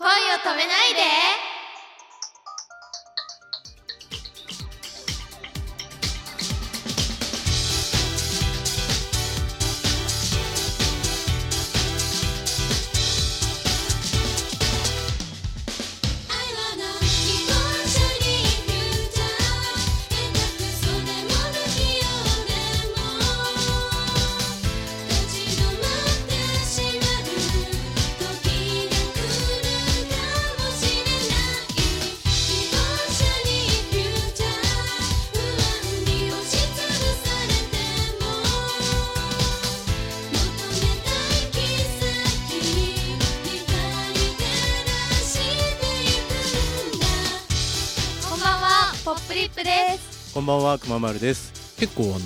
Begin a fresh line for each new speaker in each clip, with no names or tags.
止めないで
立ち止まってしまう時が来るかもしれない希望者にフューチャー不安に押しつぶされても求めたい奇跡光照らしていくんだ
こんばんはポップリップです
こんばんは、くままるです。結構あの、な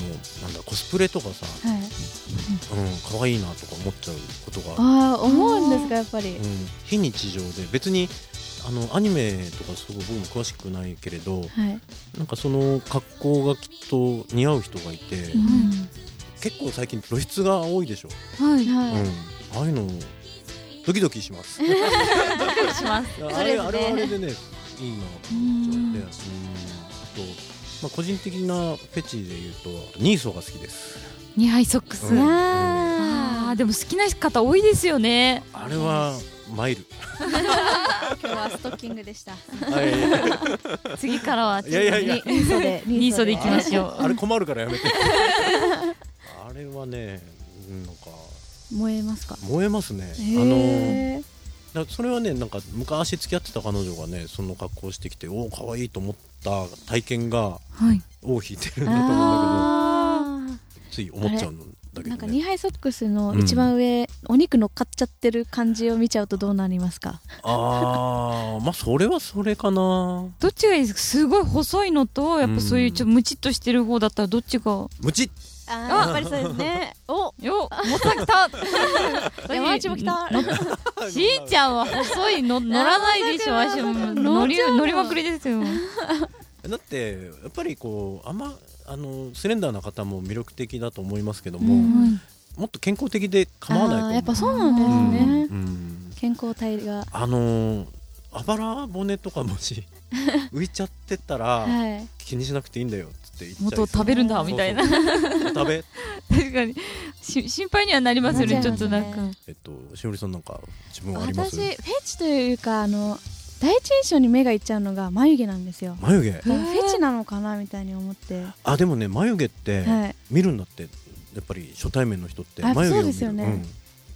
んだ、コスプレとかさ、
はい、
うん、可愛いなとか思っちゃうことがある。
ああ思うんですかやっぱり
うん、非日常で、別に、あの、アニメとかすごい僕も詳しくないけれど、
はい、
なんかその格好がきっと似合う人がいて、結構最近露出が多いでしょ。
はい
うん
は、
ああいうの、ドキドキし ます。
いします
あれ、あれはあれでね、いいなと思っちゃって、うん、あと、まあ、個人的なフェチで言うと、ニーソが好きです。
二杯ソックス、
うん
あーでも好きな方多いですよね
あれは、マイル。
今日はストッキングでした
はい
次からはちょっと
いやいやいや
ニ
ニーソで
ニーソで行きましょ
あれ
う
困るからやめてあれはねうんなんか
燃えますか
燃えますね、あの
へー
だからそれはねなんか昔付き合ってた彼女がねその格好をしてきておお可愛いと思った体験が
はい
尾を引いてるんだと思うんだ
あー
けどつい思っちゃうんだけ
な
ど
んか
ね
二杯ソックスの一番上、お肉乗っかっちゃってる感じを見ちゃうとどうなりますか
ああまあそれはそれかな
どっちがいいですかすごい細いのとやっぱそういうちょっとムチっとしてる方だったらどっちが
ムチッ
あやっぱりそうですねお
よもたき た
山内も来 た
しーちゃんは細いの乗らないでしょわしも乗り乗りまくり ですよ
だってやっぱりこうあんまあのスレンダーな方も魅力的だと思いますけども、
うん
もっと健康的で構わないと思
あ
う
ーやっぱそうなんですね、
うんうん
健康体が
あのー、あばら骨とかも し浮いちゃってたら
はい
気にしなくていいんだよっつって言っちゃい
もっ
そ
と
う
食べるんだみたい
そ
な
うそう食 べ
確かにし心配にはなりますよ
な
ね
っち
ち
ゃい
ょ
ま
っ
す
と
ね
なんか
えっとしおりさんなんか自分はあります
私フェチというかあの第一印象に目がいっちゃうのが眉毛なんですよ
眉毛
だからフェチなのかなみたいに思っては
あでもね眉毛って
い
見るんだって、やっぱり初対面の人って
あ
眉毛を見る
そうですよね
うん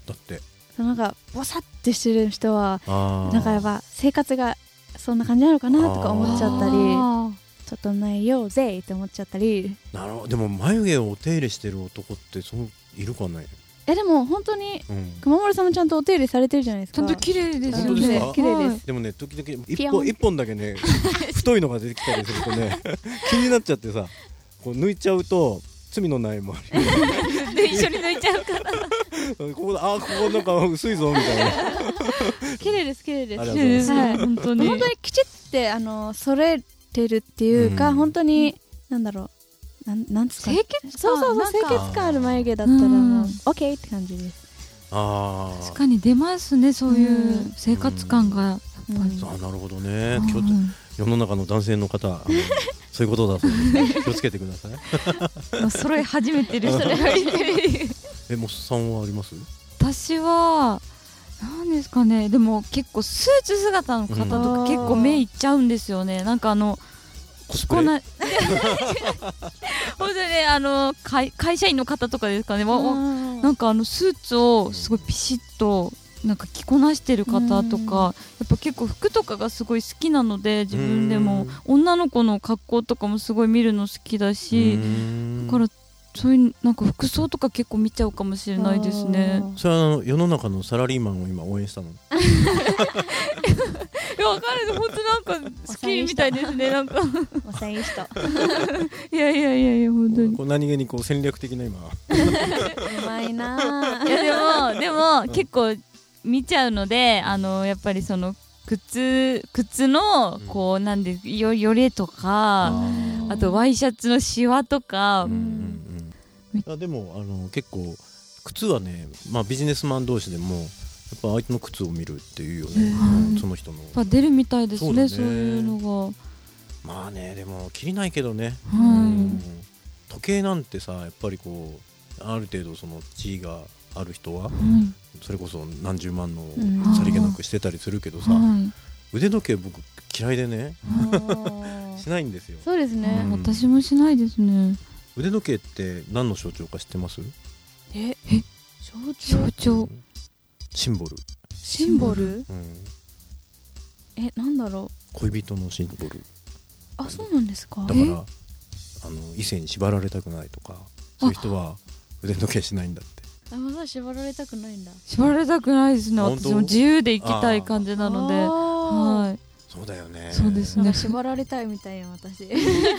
だって
そのなんかボサってしてる人は
あー
なんかやっぱ生活がそんな感じなのかなとか思っちゃったり
あ
整えようぜって思っちゃったり
なるほどでも眉毛をお手入れしてる男ってそういるかね、
えでも本当に
うん、
熊丸さんもちゃんとお手入れされてるじゃないです
ーち
か
ゃんと綺麗ですよ
本当です
ね
か
綺麗です
はい
でもね時々
ピ
一
ヨン
本一本だけ ね太いのが出てきたりするとね 気になっちゃってさこう抜いちゃうと罪のない も
で一緒に抜いちゃうから
ここあーここなんか薄いぞみたいな
綺麗です綺麗です
ありがとうございます
綺麗です
はい
本当に
本当にきちってあの揃えてるっていうか、
うん
本当になんだろうなんなんつうか
清潔
そうそうそう清
なんか
潔感ある眉毛だったらも
う
うんオッケーって感じです、
あ
確
ー
かに出ますねそういううん生活感が
う
やっぱり
ん
あなるほどね
うん
気をつ世の中の男性の方 あのそういうことだそうですね気をつけてください
まあ揃え始めてる揃え始 めてる
えモスさんはあります
私はなんですかねでも結構スーツ姿の方と
うん
か結構目いっちゃうんですよねなんかあの
コスプ
こ
レ
んな本当にねあの会会社員の方とかですかねわわ
うん
なんかあのスーツをすごいピシッとなんか着こなしてる方とか、
うん
やっぱ結構服とかがすごい好きなので自分でも女の子の格好とかもすごい見るの好きだ
う
し、
ーん
だからそういうなんか服装とか結構見ちゃうかもしれないですね。
それはあの世の中のサラリーマンを今応援したの
いやわかる本当なんか好きみたいですねなんか
おさいい人
いやいやいやいや本当に。
こう何気にこう戦略的な今
うまいなあ
いやでもでも結構見ちゃうのであのやっぱりその靴靴の
うん
こうなんでよよれとか、
ー
あとワイシャツのシワとか、
うんうんうん、あでもあの結構靴はね、まあ、ビジネスマン同士でもやっぱ相手の靴を見るっていうよね、
うん
その人トの
ぱ出るみたいですね
そ
そうう
だね
いうの
まあねでも切りないけどね、
が
う
は、
ん時計なんてさやっぱりこうある程度その地位がある人はい
うん
それこそ何十万の
うん
さりげなくしてたりするけどさ、
はい
腕時計僕嫌いでね
あー
しないんですよ
そうですね、
うん
私もしないですね
腕時計って何の象徴か知ってます
え象徴
象徴
シンボル、
シンボル
うん
えなんだろ
恋人のシンボル
うあそうなんですか
だからあの異性に縛られたくないとかそういう人は腕時計しないんだって
あまだ縛られたくないんだ
縛られたくないですね
本当
私も自由で生きたい感じなので
は
は
そうだよね
そうです
い
ね
なんか縛られたいみたいな私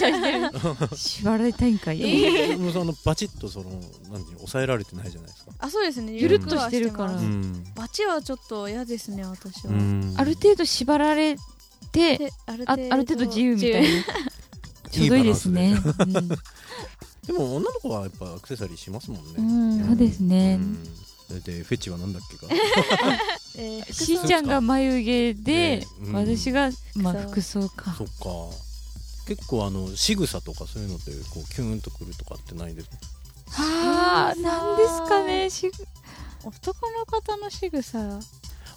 い縛られたいんか い
でもそのバチッとそのなんていうの抑えられてないじゃないですか
あそうですね
ゆるっと
してるから
ゆ
う
は
ん
ま
う
す
ん
バチはちょっと嫌ですね私は、
ある程度縛られて
である
あある程度自由みたい
自
なちょうどいいですねうん
でも女の子はやっぱアクセサリーしますもんね、
うん
そうですね
うんそれでフェチはなんだっけか
由えー服装
しんちゃんが眉毛で
ねうん
私がまあ
服
服装か
そっか結構あの仕草とかそういうのってこうキュンとくるとかってないですか
はあなんですかねし
男の方の仕草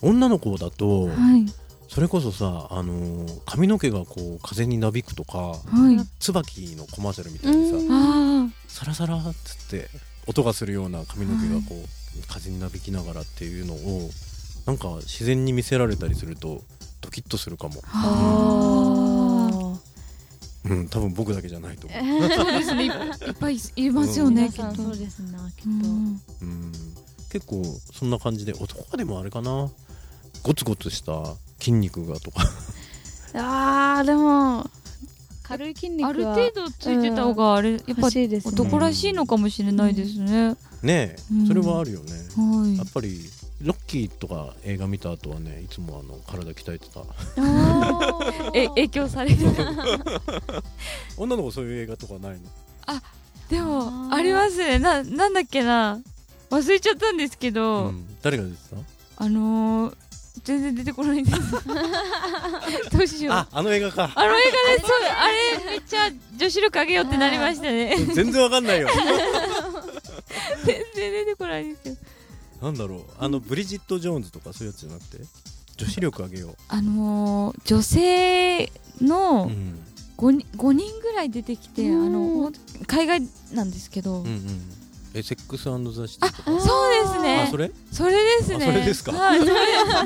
女の子だと
はい
それこそさ、あのー髪の毛がこう風になびくとか
はい
椿のコマーシャルみたいにさ、
うん
あ
サラサラっつって音がするような髪の毛がこう、風になびきながらっていうのをなんか自然に見せられたりするとドキッとするかも、
あは
うん、多分僕だけじゃないと思う、
あそうですねいいっぱいいますよね
皆
き
さ
っ
ん
と
そうですねきっと、
うん
うん、結構そんな感じで男はでもあれかなゴツゴツした筋肉がとか
あーでも軽い筋肉は
ある程度ついてた方があれやっぱ
欲しいですね
男らしいのかもしれないですね
ねえ、
うん
それはあるよね、や
は
っぱりロッキーとか映画見た後はねいつもあの体鍛えてた
いえ影響 されてた
女の子そういう映画とかないの
で
あ
も
ー
ありますねななんだっけな忘れちゃったんですけど、
うん誰が出てた
あのー、全然出てこないんですどうしようあ
あの映画 か
の映画ですそうあれめっちゃ女子力上げようってなりましたね
全然わかんないよ
全然出てこないんですけど
なんだろうあのブリジット・ジョーンズとかそういうやつじゃなくて女子力上げよ
あのー、女性
う、
の
ん、
5人 ,5 人ぐらい出てきてあ
うん
のほんと海外なんですけど、
うんうんえセックスザ・シテ ィとか
そうです
あ,、
ね
そ
それ
れ
です
あ
ね
それですか
はいそれ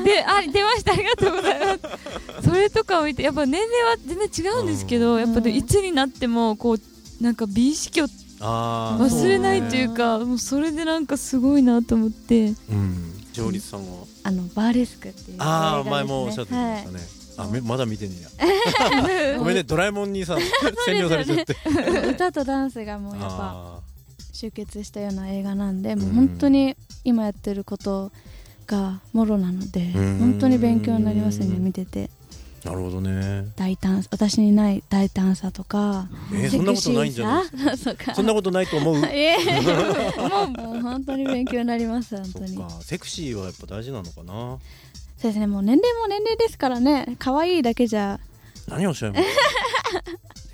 であ出ましたありがとうございますそれとかを見てやっぱ年齢は全然違うんですけど、
うん
やっぱでいつになってもこうなんか美意識を
あー
忘れないと
そ
いうかもうそれでなんかすごいなと思って
う、ね、うん上律さんは
あのバーレスクっていう映画
あ
です
あ
ね
前もおっしゃってましたね、あめまだ見てねえ やごめんねドラえもんにさ占領されちゃって
はい歌とダンスがもうやっぱ
あ
集結したような映画なんでもううん本当に今やってることがもろなので
うん
本当に勉強になりますね見てて
ーなるほどね
大胆さ私にない大胆さとか
えー、
セ
そ
ク
んなこと
シ
ないんじゃない
ーさとか
そんなことないと思う
い えもう本当に勉強になります本当
そ
に
っ
そう
かセクシーはやっぱ大事なのかな
ですねもう年齢も年齢ですからね可愛いだけじゃ
何をおっしゃいます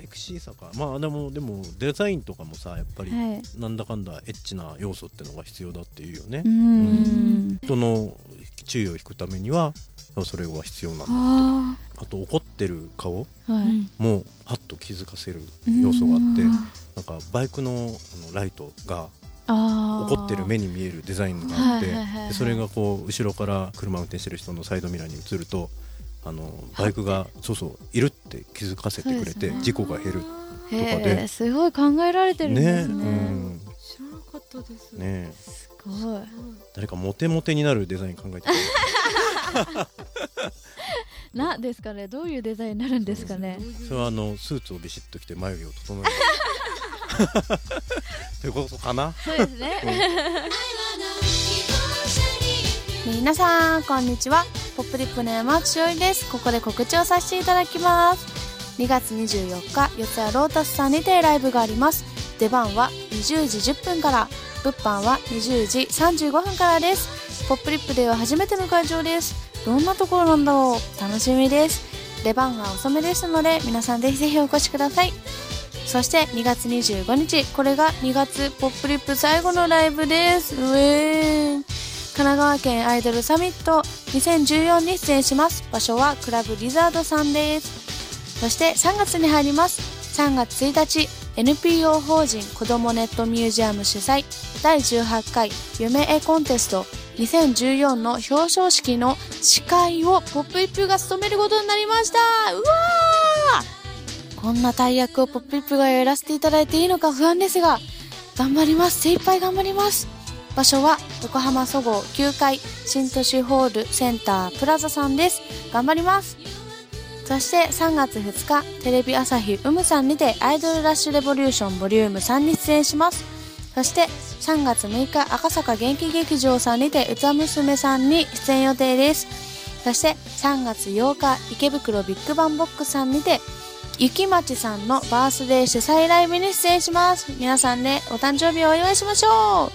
セクシーさかまあでもでもデザインとかもさやっぱり
はい
なんだかんだエッチな要素ってのが必要だっていうよね
うーん
人の注意を引くためにはそれは必要なんだ
あ
あと怒ってる顔
あ、
はい
もハッと気づかせる要素があってなんかバイクのあのライトが
あー
怒ってる目に見えるデザインがあって
はいはいはいはい
でそれがこう後ろから車運転してる人のサイドミラーに映るとあのバイクがそうそういるって気づかせて
そう
くれ
で
て
すね
事故が減る
へ
とか
え
です
ごい考えられてるんですね
うん
知らなかったです
ねえ
すごい
誰かモテモテになるデザイン考えてる
なですかねどういうデザインになるんですかね
それはあのスーツをビシッと着て眉毛を整える ということかな
そうですね
皆さんこんにちはポップリップの山内しおりですここで告知をさせていただきます2月24日四谷ロータスさんにてライブがあります出番は20時10分から物販は20時35分からですポップリップでは初めての会場ですどんなところなんだろう楽しみです出番が遅めですので皆さんぜひぜひお越しくださいそして2月25日これが2月ポップリップ最後のライブですうえーん神奈川県アイドルサミット2014に出演します場所はクラブリザードさんですそして3月に入ります3月1日 NPO 法人子どもネットミュージアム主催第18回夢絵コンテスト2014の表彰式の司会をポップイップが務めることになりましたうわーこんな大役をポップイップがやらせていただいていいのか不安ですが頑張ります精一杯頑張ります場所は横浜そごう9階新都市ホールセンタープラザさんです頑張りますそして3月2日テレビ朝日うむさんにてアイドルラッシュレボリューションボリューム3に出演しますそして3月6日赤坂元気劇場さんにてうつわ娘さんに出演予定ですそして3月8日池袋ビッグバンボックスさんにて雪町さんのバースデー主催ライブに出演します皆さんでお誕生日をお祝いしましょう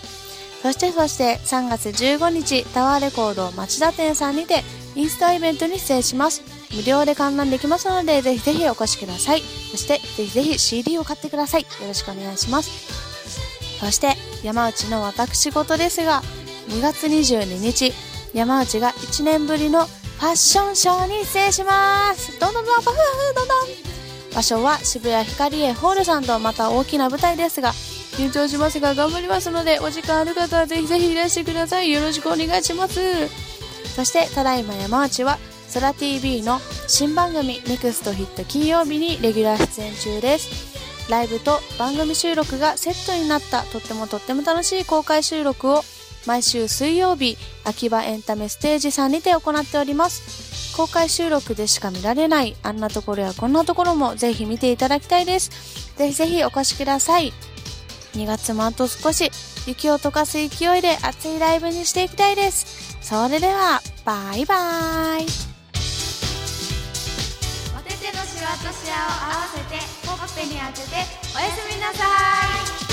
そしてそして3月15日タワーレコード町田店さんにてインスタイベントに出演します無料で観覧できますのでぜひぜひお越しくださいそしてぜひぜひ CD を買ってくださいよろしくお願いしますそして山内の私事ですが2月22日山内が1年ぶりのファッションショーに出演しますどんどんどんパフーどんどん場所は渋谷ヒカリエホールさんとまた大きな舞台ですが緊張しますが頑張りますのでお時間ある方はぜひぜひいらしてくださいよろしくお願いしますそしてただいま山内はソラ TV の新番組「ネクストヒット金曜日にレギュラー出演中ですライブと番組収録がセットになったとってもとっても楽しい公開収録を毎週水曜日秋葉エンタメステージさんにて行っております公開収録でしか見られないあんなところやこんなところもぜひ見ていただきたいですぜひぜひお越しください2月もあと少し雪を溶かす勢いで熱いライブにしていきたいですそれではバイバ
お
イ
手手のシワとシワを合わせてほっぺに当てておやすみなさい